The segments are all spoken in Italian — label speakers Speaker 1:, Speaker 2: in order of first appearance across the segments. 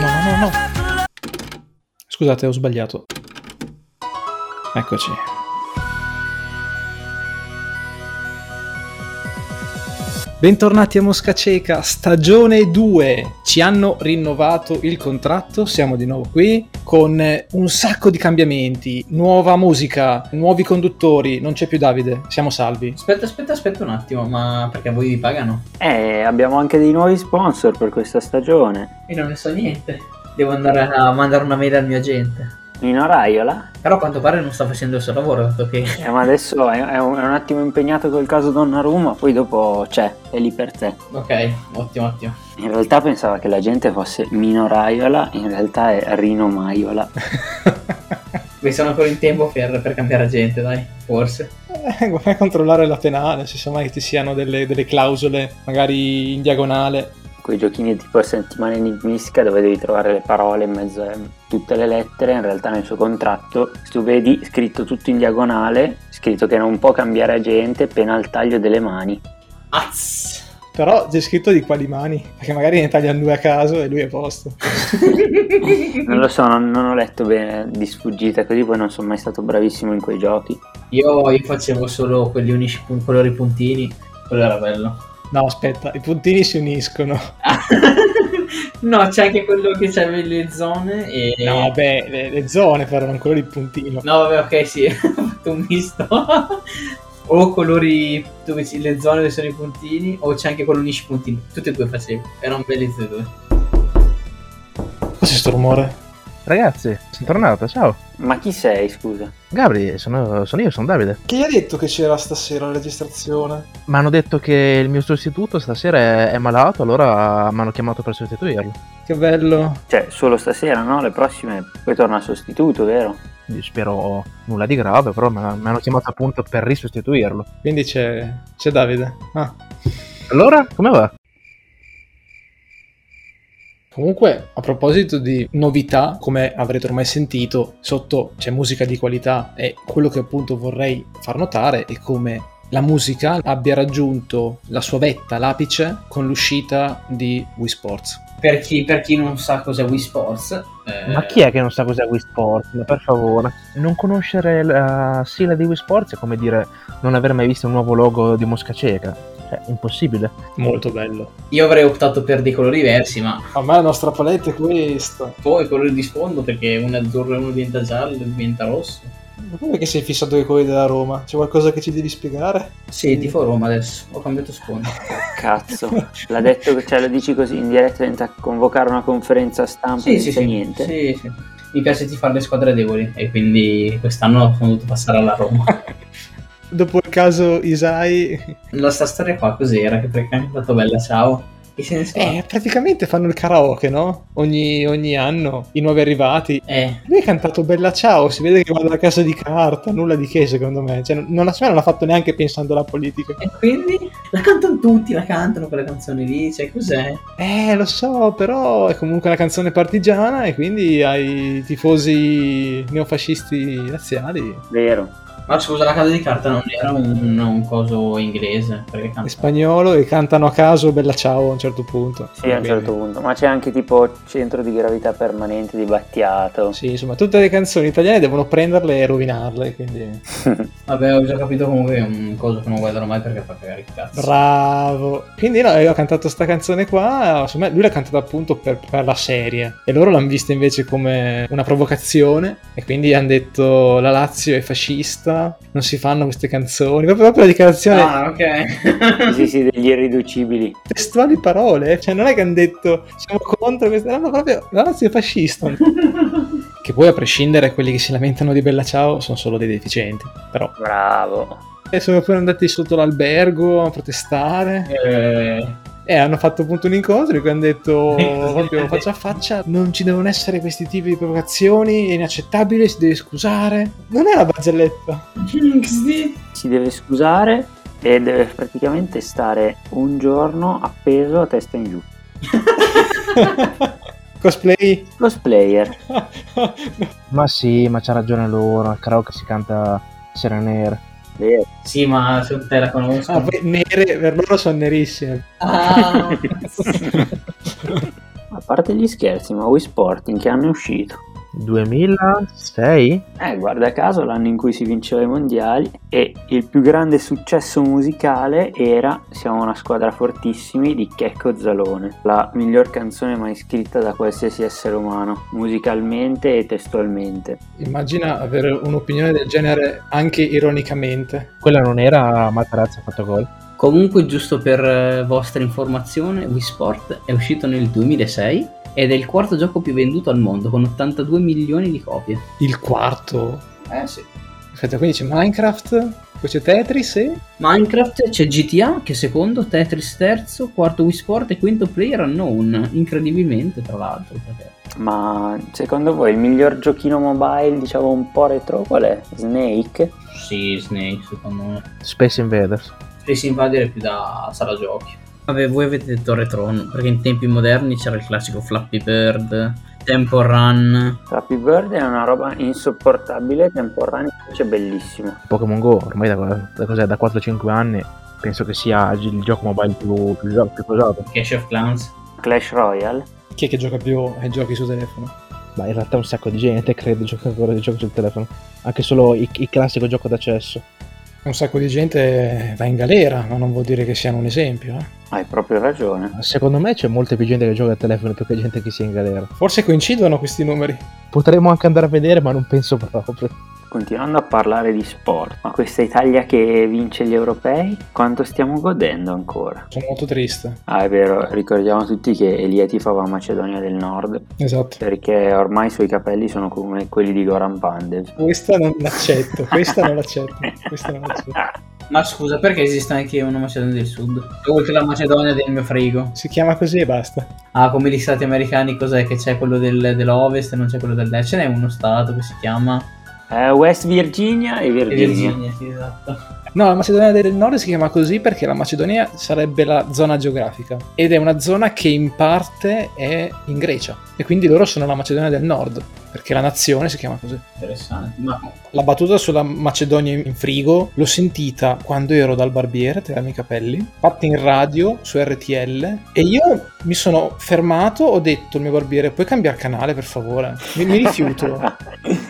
Speaker 1: no, no. Scusate, ho sbagliato. Eccoci. Bentornati a Mosca Cieca, stagione 2. Ci hanno rinnovato il contratto, siamo di nuovo qui con un sacco di cambiamenti, nuova musica, nuovi conduttori, non c'è più Davide, siamo salvi.
Speaker 2: Aspetta, aspetta, aspetta un attimo, ma perché a voi vi pagano?
Speaker 3: Eh, abbiamo anche dei nuovi sponsor per questa stagione.
Speaker 2: Io non ne so niente. Devo andare a mandare una mail al mio agente.
Speaker 3: Nino Raiola,
Speaker 2: Però a quanto pare non sta facendo il suo lavoro, dato che...
Speaker 3: eh, ma adesso è, è un, è un attimo impegnato col caso Donnarumma, poi dopo c'è, è lì per te.
Speaker 2: Ok, ottimo, ottimo.
Speaker 3: In realtà pensava che la gente fosse Mino Raiola, in realtà è Rino Maiola.
Speaker 2: Qui sono ancora in tempo per, per cambiare agente, dai, forse.
Speaker 1: Eh, fai controllare la penale, se mai che ci siano delle, delle clausole, magari in diagonale.
Speaker 3: Quei giochini tipo settimana enigmistica dove devi trovare le parole in mezzo a tutte le lettere, in realtà nel suo contratto, se tu vedi scritto tutto in diagonale, scritto che non può cambiare agente pena il taglio delle mani.
Speaker 2: Azz!
Speaker 1: Però c'è scritto di quali mani, perché magari ne tagliano due a caso e lui è a posto.
Speaker 3: Non lo so, non, non ho letto bene di sfuggita, così poi non sono mai stato bravissimo in quei giochi.
Speaker 2: Io, io facevo solo quelli unici pun- colori puntini, quello era bello.
Speaker 1: No, aspetta, i puntini si uniscono.
Speaker 2: no, c'è anche quello che c'è le zone e...
Speaker 1: No, beh, le, le zone però, non quello di puntino.
Speaker 2: No, vabbè, ok, sì, ho fatto un misto. o colori dove ci- le zone dove sono i puntini, o c'è anche quello unisci i puntini. Tutte e due facevo, erano belli tutte e due.
Speaker 1: Cos'è sto rumore?
Speaker 4: Ragazzi, sono tornato, ciao.
Speaker 3: Ma chi sei, scusa?
Speaker 4: Gabri, sono, sono io, sono Davide.
Speaker 1: Chi gli ha detto che c'era stasera la registrazione?
Speaker 4: Mi hanno detto che il mio sostituto stasera è, è malato, allora mi hanno chiamato per sostituirlo.
Speaker 1: Che bello.
Speaker 3: Cioè, solo stasera, no? Le prossime poi torna il sostituto, vero?
Speaker 4: Io Spero nulla di grave, però mi mi hanno chiamato appunto per risostituirlo.
Speaker 1: Quindi c'è, c'è Davide. Ah.
Speaker 4: Allora, come va?
Speaker 1: Comunque, a proposito di novità, come avrete ormai sentito, sotto c'è musica di qualità e quello che appunto vorrei far notare è come la musica abbia raggiunto la sua vetta, l'apice, con l'uscita di Wii Sports.
Speaker 2: Per chi, per chi non sa cos'è Wii Sports, eh,
Speaker 4: Ma chi è che non sa cos'è Wii Sports? Ma per favore, non conoscere la sigla di Wii Sports è come dire non aver mai visto un nuovo logo di Mosca Cieca. Cioè, impossibile.
Speaker 1: Molto bello.
Speaker 2: Io avrei optato per dei colori diversi, ma
Speaker 1: A me la nostra palette è questa.
Speaker 2: poi i colori di sfondo perché uno è azzurro e uno diventa giallo, uno diventa rosso.
Speaker 1: Ma Come che sei fissato con i colori della Roma? C'è qualcosa che ci devi spiegare?
Speaker 2: Sì, tifo Roma adesso, ho cambiato sfondo.
Speaker 3: Cazzo, l'ha detto, cioè lo dici così in diretta senza convocare una conferenza stampa
Speaker 2: sì,
Speaker 3: senza
Speaker 2: sì, sì,
Speaker 3: niente.
Speaker 2: sì, sì. Mi piace tifare le squadre deboli e quindi quest'anno sono dovuto passare alla Roma.
Speaker 1: Dopo il caso Isai...
Speaker 2: La sta storia qua cos'era? Che perché hanno fatto bella ciao. Che se ne sa?
Speaker 1: Eh, praticamente fanno il karaoke, no? Ogni, ogni anno, i nuovi arrivati.
Speaker 2: Eh,
Speaker 1: Lui ha cantato Bella Ciao, si vede che va dalla casa di carta, nulla di che secondo me. Cioè, non, la sua non l'ha fatto neanche pensando alla politica.
Speaker 2: E quindi la cantano tutti, la cantano quella canzone lì, cioè cos'è?
Speaker 1: Eh, lo so, però è comunque una canzone partigiana e quindi ai tifosi neofascisti razziali
Speaker 3: Vero.
Speaker 2: Ma scusa, la casa di carta non era un, un coso inglese, perché
Speaker 3: Ah.
Speaker 1: e
Speaker 2: canta.
Speaker 1: spagnolo e cantano a caso Bella Ciao a un certo punto.
Speaker 3: Sì, a un certo punto. Ma c'è anche tipo centro di gravità permanente di Battiato.
Speaker 1: Sì, insomma, tutte le canzoni italiane devono prenderle e rovinarle, quindi...
Speaker 2: Vabbè, ho già capito comunque che è un coso che non guarderò mai perché fa cagare il cazzo.
Speaker 1: Bravo! Quindi no, io ho cantato sta canzone qua, insomma, lui l'ha cantata appunto per, per la serie e loro l'hanno vista invece come una provocazione e quindi hanno detto la Lazio è fascista, non si fanno queste canzoni, proprio, proprio la dichiarazione,
Speaker 2: Ah, ok.
Speaker 3: Sì, sì, degli irriducibili.
Speaker 1: testuali parole, cioè non è che hanno detto siamo contro queste, no, no, proprio la Lazio è fascista. Che poi a prescindere quelli che si lamentano di Bella Ciao sono solo dei deficienti, però.
Speaker 3: Bravo.
Speaker 1: E sono poi andati sotto l'albergo a protestare.
Speaker 2: Eh,
Speaker 1: E hanno fatto appunto un incontro in cui hanno detto
Speaker 2: Sì, così.
Speaker 1: proprio faccia a faccia non ci devono essere questi tipi di provocazioni, è inaccettabile, si deve scusare. Non è una barzelletta.
Speaker 2: Jinx,
Speaker 3: Si deve scusare e deve praticamente stare un giorno appeso a testa in giù.
Speaker 1: Cosplay.
Speaker 3: Cosplayer.
Speaker 4: Ma sì, ma c'ha ragione loro, al karaoke si canta Sera Nera.
Speaker 3: Vero.
Speaker 2: Sì, ma se te la conosco.
Speaker 1: Ah, poi nere, per loro sono nerissime.
Speaker 2: Ah,
Speaker 3: A parte gli scherzi, ma Wii Sport in che anno è uscito?
Speaker 4: 2006?
Speaker 3: Eh, guarda caso, l'anno in cui si vinceva i mondiali e il più grande successo musicale era Siamo una squadra fortissimi di Checco Zalone, la miglior canzone mai scritta da qualsiasi essere umano, musicalmente e testualmente.
Speaker 1: Immagina avere un'opinione del genere anche ironicamente.
Speaker 4: Quella non era Matarazzo ha fatto gol.
Speaker 2: Comunque, giusto per eh, vostra informazione, Wii Sport è uscito nel 2006 ed è il quarto gioco più venduto al mondo con 82 milioni di copie.
Speaker 1: Il quarto.
Speaker 2: Eh sì.
Speaker 1: Aspetta, quindi c'è Minecraft, poi c'è Tetris e...
Speaker 2: Minecraft c'è GTA che è secondo, Tetris terzo, quarto Wii Sport e quinto Player Unknown, incredibilmente tra l'altro. Perché...
Speaker 3: Ma secondo voi il miglior giochino mobile, diciamo un po' retro, qual è? Snake?
Speaker 2: Sì, Snake secondo me.
Speaker 4: Space Invaders.
Speaker 2: Space Invader è più da sala giochi. Vabbè, voi avete detto Retron, perché in tempi moderni c'era il classico Flappy Bird, Temple Run,
Speaker 3: Trappy Bird è una roba insopportabile, temporanea, invece bellissimo.
Speaker 4: Pokémon Go ormai da, da cos'è, da 4-5 anni penso che sia il gioco mobile più, più, gio- più usato.
Speaker 2: Cash of Clans.
Speaker 3: Clash Royale?
Speaker 1: Chi è che gioca più ai giochi su telefono?
Speaker 4: Ma in realtà un sacco di gente credo gioca ancora di giochi sul telefono. Anche solo il, il classico gioco d'accesso.
Speaker 1: Un sacco di gente va in galera, ma non vuol dire che siano un esempio. eh.
Speaker 3: Hai proprio ragione.
Speaker 4: Secondo me c'è molta più gente che gioca al telefono più che gente che sia in galera.
Speaker 1: Forse coincidono questi numeri.
Speaker 4: Potremmo anche andare a vedere, ma non penso proprio.
Speaker 3: Continuando a parlare di sport, ma questa Italia che vince gli europei, quanto stiamo godendo ancora?
Speaker 1: Sono molto triste.
Speaker 3: Ah, è vero, ricordiamo tutti che Elia tifava Macedonia del Nord
Speaker 1: Esatto.
Speaker 3: perché ormai i suoi capelli sono come quelli di Goran Pandev.
Speaker 1: Questa non l'accetto, questa non l'accetto, questa non l'accetto.
Speaker 2: Ma scusa, perché esiste anche una Macedonia del Sud? Oltre la Macedonia del mio frigo.
Speaker 1: Si chiama così e basta.
Speaker 2: Ah, come gli stati americani, cos'è che c'è quello del- dell'Ovest e non c'è quello dell'Est? Ce n'è uno stato che si chiama
Speaker 3: Eh, West Virginia e Virginia.
Speaker 2: Virginia, sì, esatto.
Speaker 1: No, la Macedonia del Nord si chiama così perché la Macedonia sarebbe la zona geografica ed è una zona che in parte è in Grecia e quindi loro sono la Macedonia del Nord perché la nazione si chiama così.
Speaker 2: Interessante. Ma
Speaker 1: La battuta sulla Macedonia in frigo l'ho sentita quando ero dal barbiere, tirava i capelli, fatta in radio su RTL e io mi sono fermato, ho detto al mio barbiere puoi cambiare canale per favore, mi, mi rifiuto.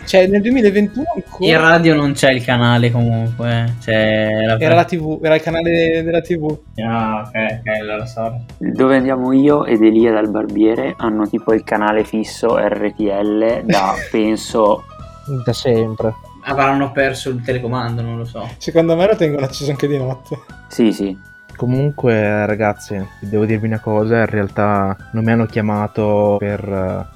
Speaker 1: cioè nel 2021 ancora...
Speaker 2: in radio non c'è il canale comunque. eh. C'è la...
Speaker 1: Era la TV, era il canale della TV.
Speaker 2: Ah, ok, ok, allora sorry.
Speaker 3: Dove andiamo io ed Elia dal barbiere hanno tipo il canale fisso RTL da penso
Speaker 4: Da sempre.
Speaker 2: Avranno perso il telecomando, non lo so.
Speaker 1: Secondo me lo tengono acceso anche di notte.
Speaker 3: sì sì
Speaker 4: Comunque, ragazzi, devo dirvi una cosa: in realtà non mi hanno chiamato per eh,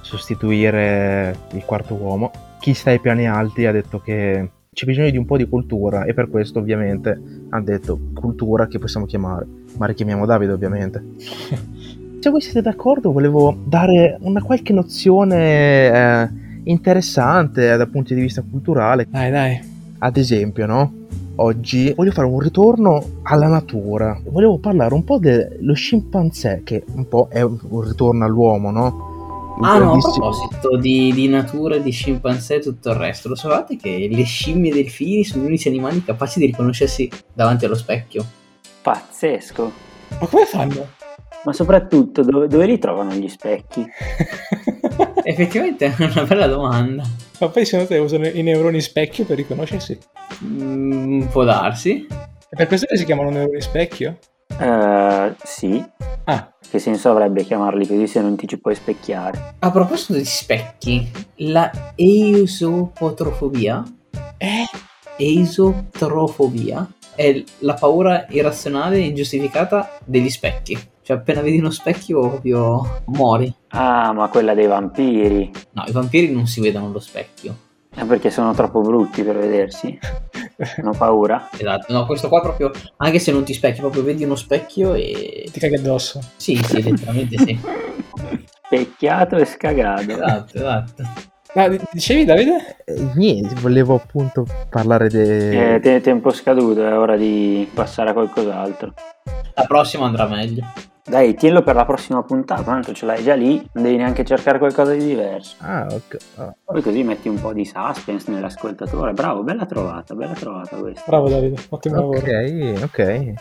Speaker 4: sostituire il quarto uomo. Chi sta ai piani alti ha detto che c'è bisogno di un po' di cultura, e per questo, ovviamente, hanno detto cultura che possiamo chiamare. Ma richiamiamo Davide, ovviamente. Se voi siete d'accordo, volevo dare una qualche nozione eh, interessante eh, dal punto di vista culturale.
Speaker 1: Dai, dai.
Speaker 4: Ad esempio, no? Oggi voglio fare un ritorno alla natura. Volevo parlare un po' dello scimpanzé, che un po' è un ritorno all'uomo, no? Il
Speaker 2: Ah no, a
Speaker 4: grandissimo-
Speaker 2: proposito di, di natura, di scimpanzé e tutto il resto, lo sapevate che le scimmie delfini sono gli unici animali capaci di riconoscersi davanti allo specchio?
Speaker 3: pazzesco
Speaker 1: Ma come fanno?
Speaker 3: ma soprattutto dove, dove li trovano gli specchi
Speaker 2: Effettivamente è una bella domanda.
Speaker 1: Ma poi secondo te usano i neuroni specchio per riconoscersi? E
Speaker 2: Mm, può darsi.
Speaker 1: per questo che si chiamano neuroni specchio?
Speaker 3: Eh, sì
Speaker 1: Ah,
Speaker 3: che senso avrebbe chiamarli così se non ti ci puoi specchiare
Speaker 2: A proposito di specchi, la eusopotrofobia,
Speaker 1: eh?
Speaker 2: eusotrofobia è la paura irrazionale e ingiustificata degli specchi. Cioè appena vedi uno specchio proprio muori.
Speaker 3: ah ma quella dei vampiri
Speaker 2: No, i vampiri non si vedono allo specchio.
Speaker 3: è perché sono troppo brutti per vedersi hanno paura
Speaker 2: Esatto, no, questo qua proprio, anche se non ti specchi, proprio vedi uno specchio e...
Speaker 1: Ti caghi addosso.
Speaker 2: Sì, sì, letteralmente sì.
Speaker 3: specchiato e scagato
Speaker 2: Esatto, esatto.
Speaker 1: Ma di- dicevi Davide?
Speaker 4: Eh, niente, volevo appunto parlare de...
Speaker 3: Eh, te- tempo scaduto è ora di passare a qualcos'altro
Speaker 2: La prossima andrà meglio.
Speaker 3: Dai, tienilo per la prossima puntata, tanto ce l'hai già lì, non devi neanche cercare qualcosa di diverso.
Speaker 4: Ah, ok. ah.
Speaker 3: Poi così metti un po' di suspense nell'ascoltatore. Bravo, bella trovata, bella trovata questa.
Speaker 1: Bravo Davide, ottimo lavoro.
Speaker 4: ok, ok.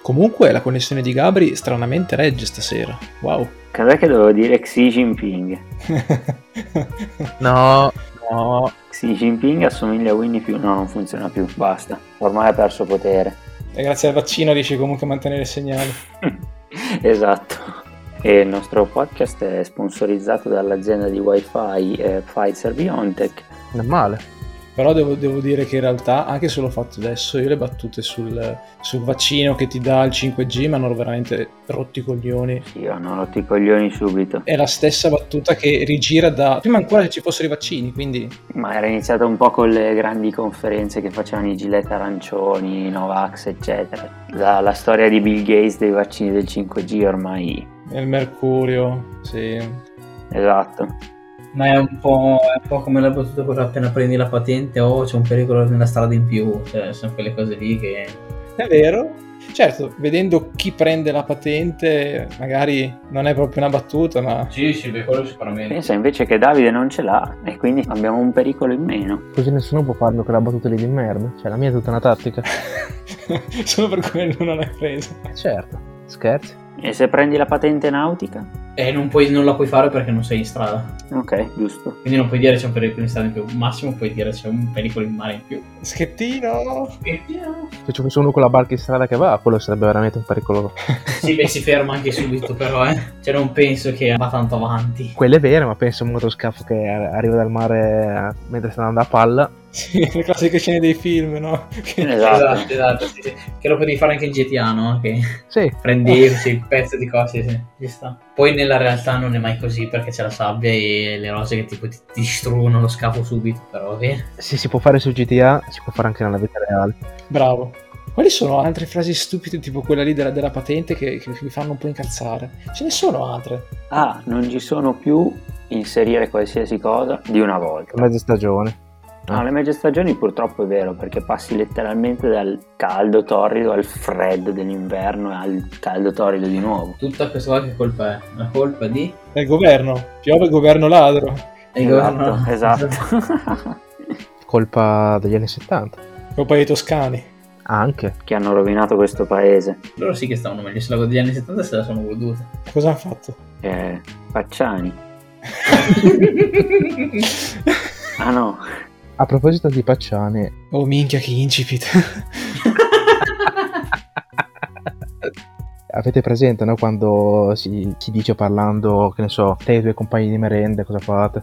Speaker 1: Comunque la connessione di Gabri stranamente regge stasera. Wow.
Speaker 3: Cos'è che dovevo dire Xi Jinping?
Speaker 4: No, no.
Speaker 3: Xi Jinping assomiglia a Winnie più. No, non funziona più, basta. Ormai ha perso potere.
Speaker 1: E grazie al vaccino riesce comunque a mantenere il segnale.
Speaker 3: esatto. E il nostro podcast è sponsorizzato dall'azienda di wifi eh, Pfizer BioNTech.
Speaker 4: Non male.
Speaker 1: Però devo, devo dire che in realtà, anche se l'ho fatto adesso, io le battute sul, sul vaccino che ti dà il 5G mi hanno veramente rotti i coglioni.
Speaker 3: Sì, hanno rotto i coglioni subito.
Speaker 1: È la stessa battuta che rigira da prima ancora che ci fossero i vaccini, quindi
Speaker 3: Ma era iniziata un po' con le grandi conferenze che facevano i Gillette arancioni, i Novax, eccetera. La, la storia di Bill Gates dei vaccini del 5G ormai.
Speaker 1: è il mercurio, sì.
Speaker 3: Esatto.
Speaker 2: Ma è un po', è un po' come la battuta quella appena prendi la patente o c'è un pericolo nella strada in più. Cioè, sono quelle cose lì che...
Speaker 1: È vero. Certo, vedendo chi prende la patente, magari non è proprio una battuta, ma
Speaker 2: Sì, sì, beh, quello sicuramente.
Speaker 3: Pensa invece che Davide non ce l'ha e quindi abbiamo un pericolo in meno.
Speaker 4: Così nessuno può farlo con la battuta lì di merda. Cioè, la mia è tutta una tattica.
Speaker 1: solo per quello non l'hai presa.
Speaker 4: Eh, certo. Scherzi.
Speaker 3: E se prendi la patente nautica?
Speaker 2: E non, puoi- non la puoi fare perché non sei in strada.
Speaker 3: Ok, giusto.
Speaker 2: Quindi non puoi dire c'è un pericolo in strada in più. Massimo puoi dire c'è un pericolo in mare in più.
Speaker 1: Schettino!
Speaker 4: Se ci fosse uno con la barca in strada che va, quello sarebbe veramente un pericolo.
Speaker 2: Sì, beh, si ferma anche subito però, eh. Cioè, non penso che va tanto avanti.
Speaker 4: Quello è vero, ma penso a un motoscafo che ar- arriva dal mare eh, mentre sta andando a palla.
Speaker 1: Sì, le classiche scene dei film, no? Che-
Speaker 3: Esatto.
Speaker 2: Esatto, esatto, sì, sì. Che lo potevi fare anche in GTA, no? Che
Speaker 4: Sì,
Speaker 2: prendi sì, il pezzo di cose, sì, ci sta. Poi nella realtà non è mai così perché c'è la sabbia e le rose che tipo ti distruggono lo scafo subito, però sì.
Speaker 4: se si può fare su GTA, si può fare anche nella vita reale.
Speaker 1: Bravo. Quali sono altre frasi stupide, tipo quella lì della, della patente, che, che mi fanno un po' incazzare? Ce ne sono altre.
Speaker 3: Ah, non ci sono più inserire qualsiasi cosa di una volta.
Speaker 4: Mezza stagione.
Speaker 3: No, le mezze stagioni purtroppo è vero perché passi letteralmente dal caldo torrido al freddo dell'inverno e al caldo torrido di nuovo.
Speaker 2: Tutta questa cosa che colpa è? La colpa di...
Speaker 1: Del Eh, governo. Piove il governo ladro.
Speaker 2: del governo.
Speaker 3: esatto. esatto.
Speaker 4: Colpa degli anni 70.
Speaker 1: Colpa dei toscani.
Speaker 4: Anche.
Speaker 3: che hanno rovinato questo paese.
Speaker 2: Loro sì che stavano meglio, se la cosa degli anni 70 se la sono goduta.
Speaker 1: Cosa hanno fatto?
Speaker 3: Eh, Pacciani. Ah no,
Speaker 4: A proposito di Pacciani,
Speaker 1: Oh minchia che incipit.
Speaker 4: avete presente no, quando si, si dice parlando, che ne so, te e i tuoi compagni di merende, cosa fate?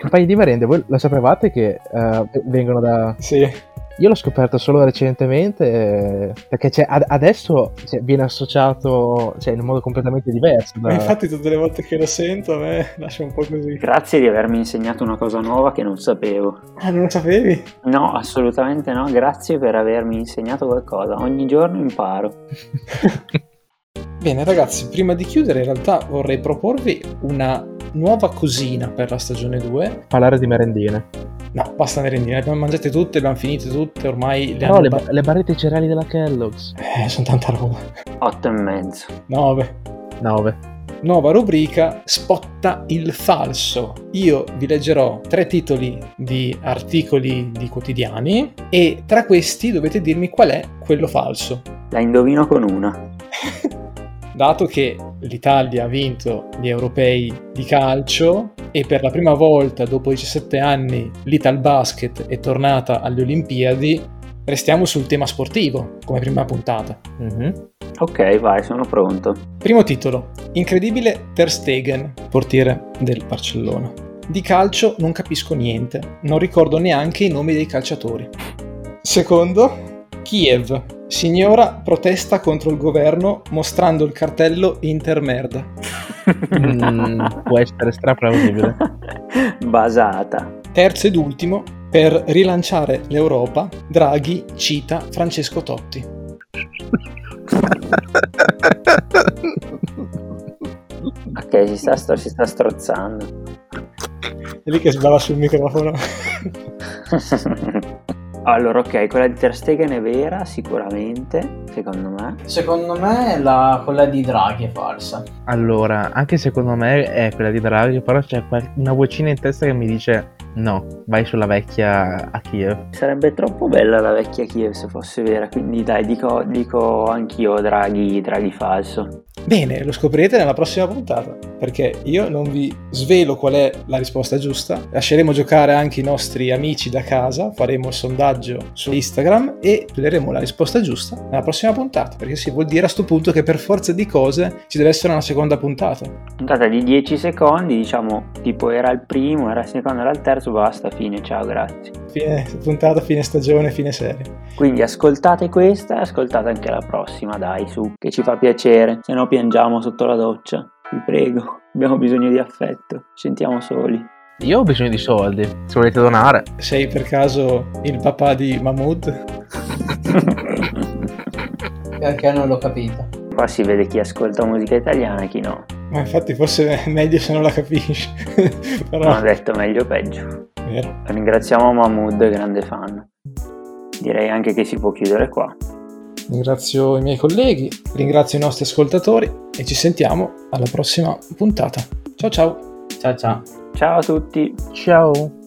Speaker 4: Compagni di merende, voi lo sapevate che eh, vengono da...
Speaker 1: sì.
Speaker 4: Io l'ho scoperto solo recentemente, eh, perché c'è- ad- adesso cioè, viene associato cioè, in un modo completamente diverso. da-
Speaker 1: Ma infatti tutte le volte che lo sento a me lascia un po' così.
Speaker 3: grazie di avermi insegnato una cosa nuova che non sapevo.
Speaker 1: Ah, non lo sapevi?
Speaker 3: No, assolutamente no, grazie per avermi insegnato qualcosa. Ogni giorno imparo.
Speaker 1: Bene ragazzi, prima di chiudere in realtà vorrei proporvi una nuova cosina per la stagione 2.
Speaker 4: Parlare di merendine.
Speaker 1: No, basta merendine, le abbiamo mangiate tutte, le abbiamo finite tutte, ormai le
Speaker 4: Però
Speaker 1: hanno...
Speaker 4: le, ba- le barrette cereali della Kellogg's.
Speaker 1: Eh, sono tanta roba.
Speaker 3: Otto e mezzo.
Speaker 1: 9.
Speaker 4: 9.
Speaker 1: Nuova rubrica Spotta il falso. Io vi leggerò tre titoli di articoli di quotidiani e tra questi dovete dirmi qual è quello falso.
Speaker 3: La indovino con una.
Speaker 1: Dato che l'Italia ha vinto gli europei di calcio e per la prima volta dopo 17 anni l'Ital Basket è tornata alle Olimpiadi, restiamo sul tema sportivo come prima puntata.
Speaker 4: Mhm.
Speaker 3: Ok, vai, sono pronto.
Speaker 1: Primo titolo. Incredibile Ter Stegen, portiere del Barcellona. Di calcio non capisco niente, non ricordo neanche i nomi dei calciatori. Secondo, Kiev. Signora protesta contro il governo mostrando il cartello Intermerda.
Speaker 4: Mm, può essere straplausibile.
Speaker 3: Basata.
Speaker 1: Terzo ed ultimo, per rilanciare l'Europa, Draghi cita Francesco Totti.
Speaker 3: Ok, si sta, sto- si sta strozzando.
Speaker 1: È lì che sbava sul microfono.
Speaker 3: allora, ok, quella di Ter Stegen è vera, sicuramente, secondo me.
Speaker 2: Secondo me la, quella di Draghi è falsa.
Speaker 4: Allora, anche secondo me è quella di Draghi, però c'è qual- una vocina in testa che mi dice No, vai sulla vecchia a Kiev.
Speaker 3: Sarebbe troppo bella la vecchia Kiev se fosse vera, quindi dai, dico, dico anch'io Draghi, Draghi falso.
Speaker 1: Bene, lo scoprirete nella prossima puntata, perché io non vi svelo qual è la risposta giusta. Lasceremo giocare anche i nostri amici da casa, faremo il sondaggio su Instagram e sveleremo la risposta giusta nella prossima puntata, perché si vuol dire a sto punto che per forza di cose ci deve essere una seconda puntata.
Speaker 3: Puntata di 10 secondi, diciamo, tipo era il primo, era il secondo, era il terzo, basta, fine, ciao, grazie.
Speaker 1: Fine puntata, fine stagione, fine serie.
Speaker 3: Quindi ascoltate questa e ascoltate anche la prossima, dai, su, che ci fa piacere, se no piangiamo sotto la doccia. Vi prego, abbiamo bisogno di affetto, ci sentiamo soli.
Speaker 4: Io ho bisogno di soldi, se volete donare.
Speaker 1: Sei per caso il papà di Mahmood?
Speaker 2: Perché non l'ho capito.
Speaker 3: Qua si vede chi ascolta musica italiana e chi no.
Speaker 1: Ma Eh, infatti forse è meglio se non la capisci.
Speaker 3: Non ho
Speaker 1: Però
Speaker 3: detto meglio o peggio.
Speaker 1: vero.
Speaker 3: Ringraziamo Mahmood, grande fan. Direi anche che si può chiudere qua.
Speaker 1: Ringrazio i miei colleghi, ringrazio i nostri ascoltatori e ci sentiamo alla prossima puntata. Ciao ciao!
Speaker 2: Ciao ciao.
Speaker 3: Ciao a tutti!
Speaker 4: Ciao.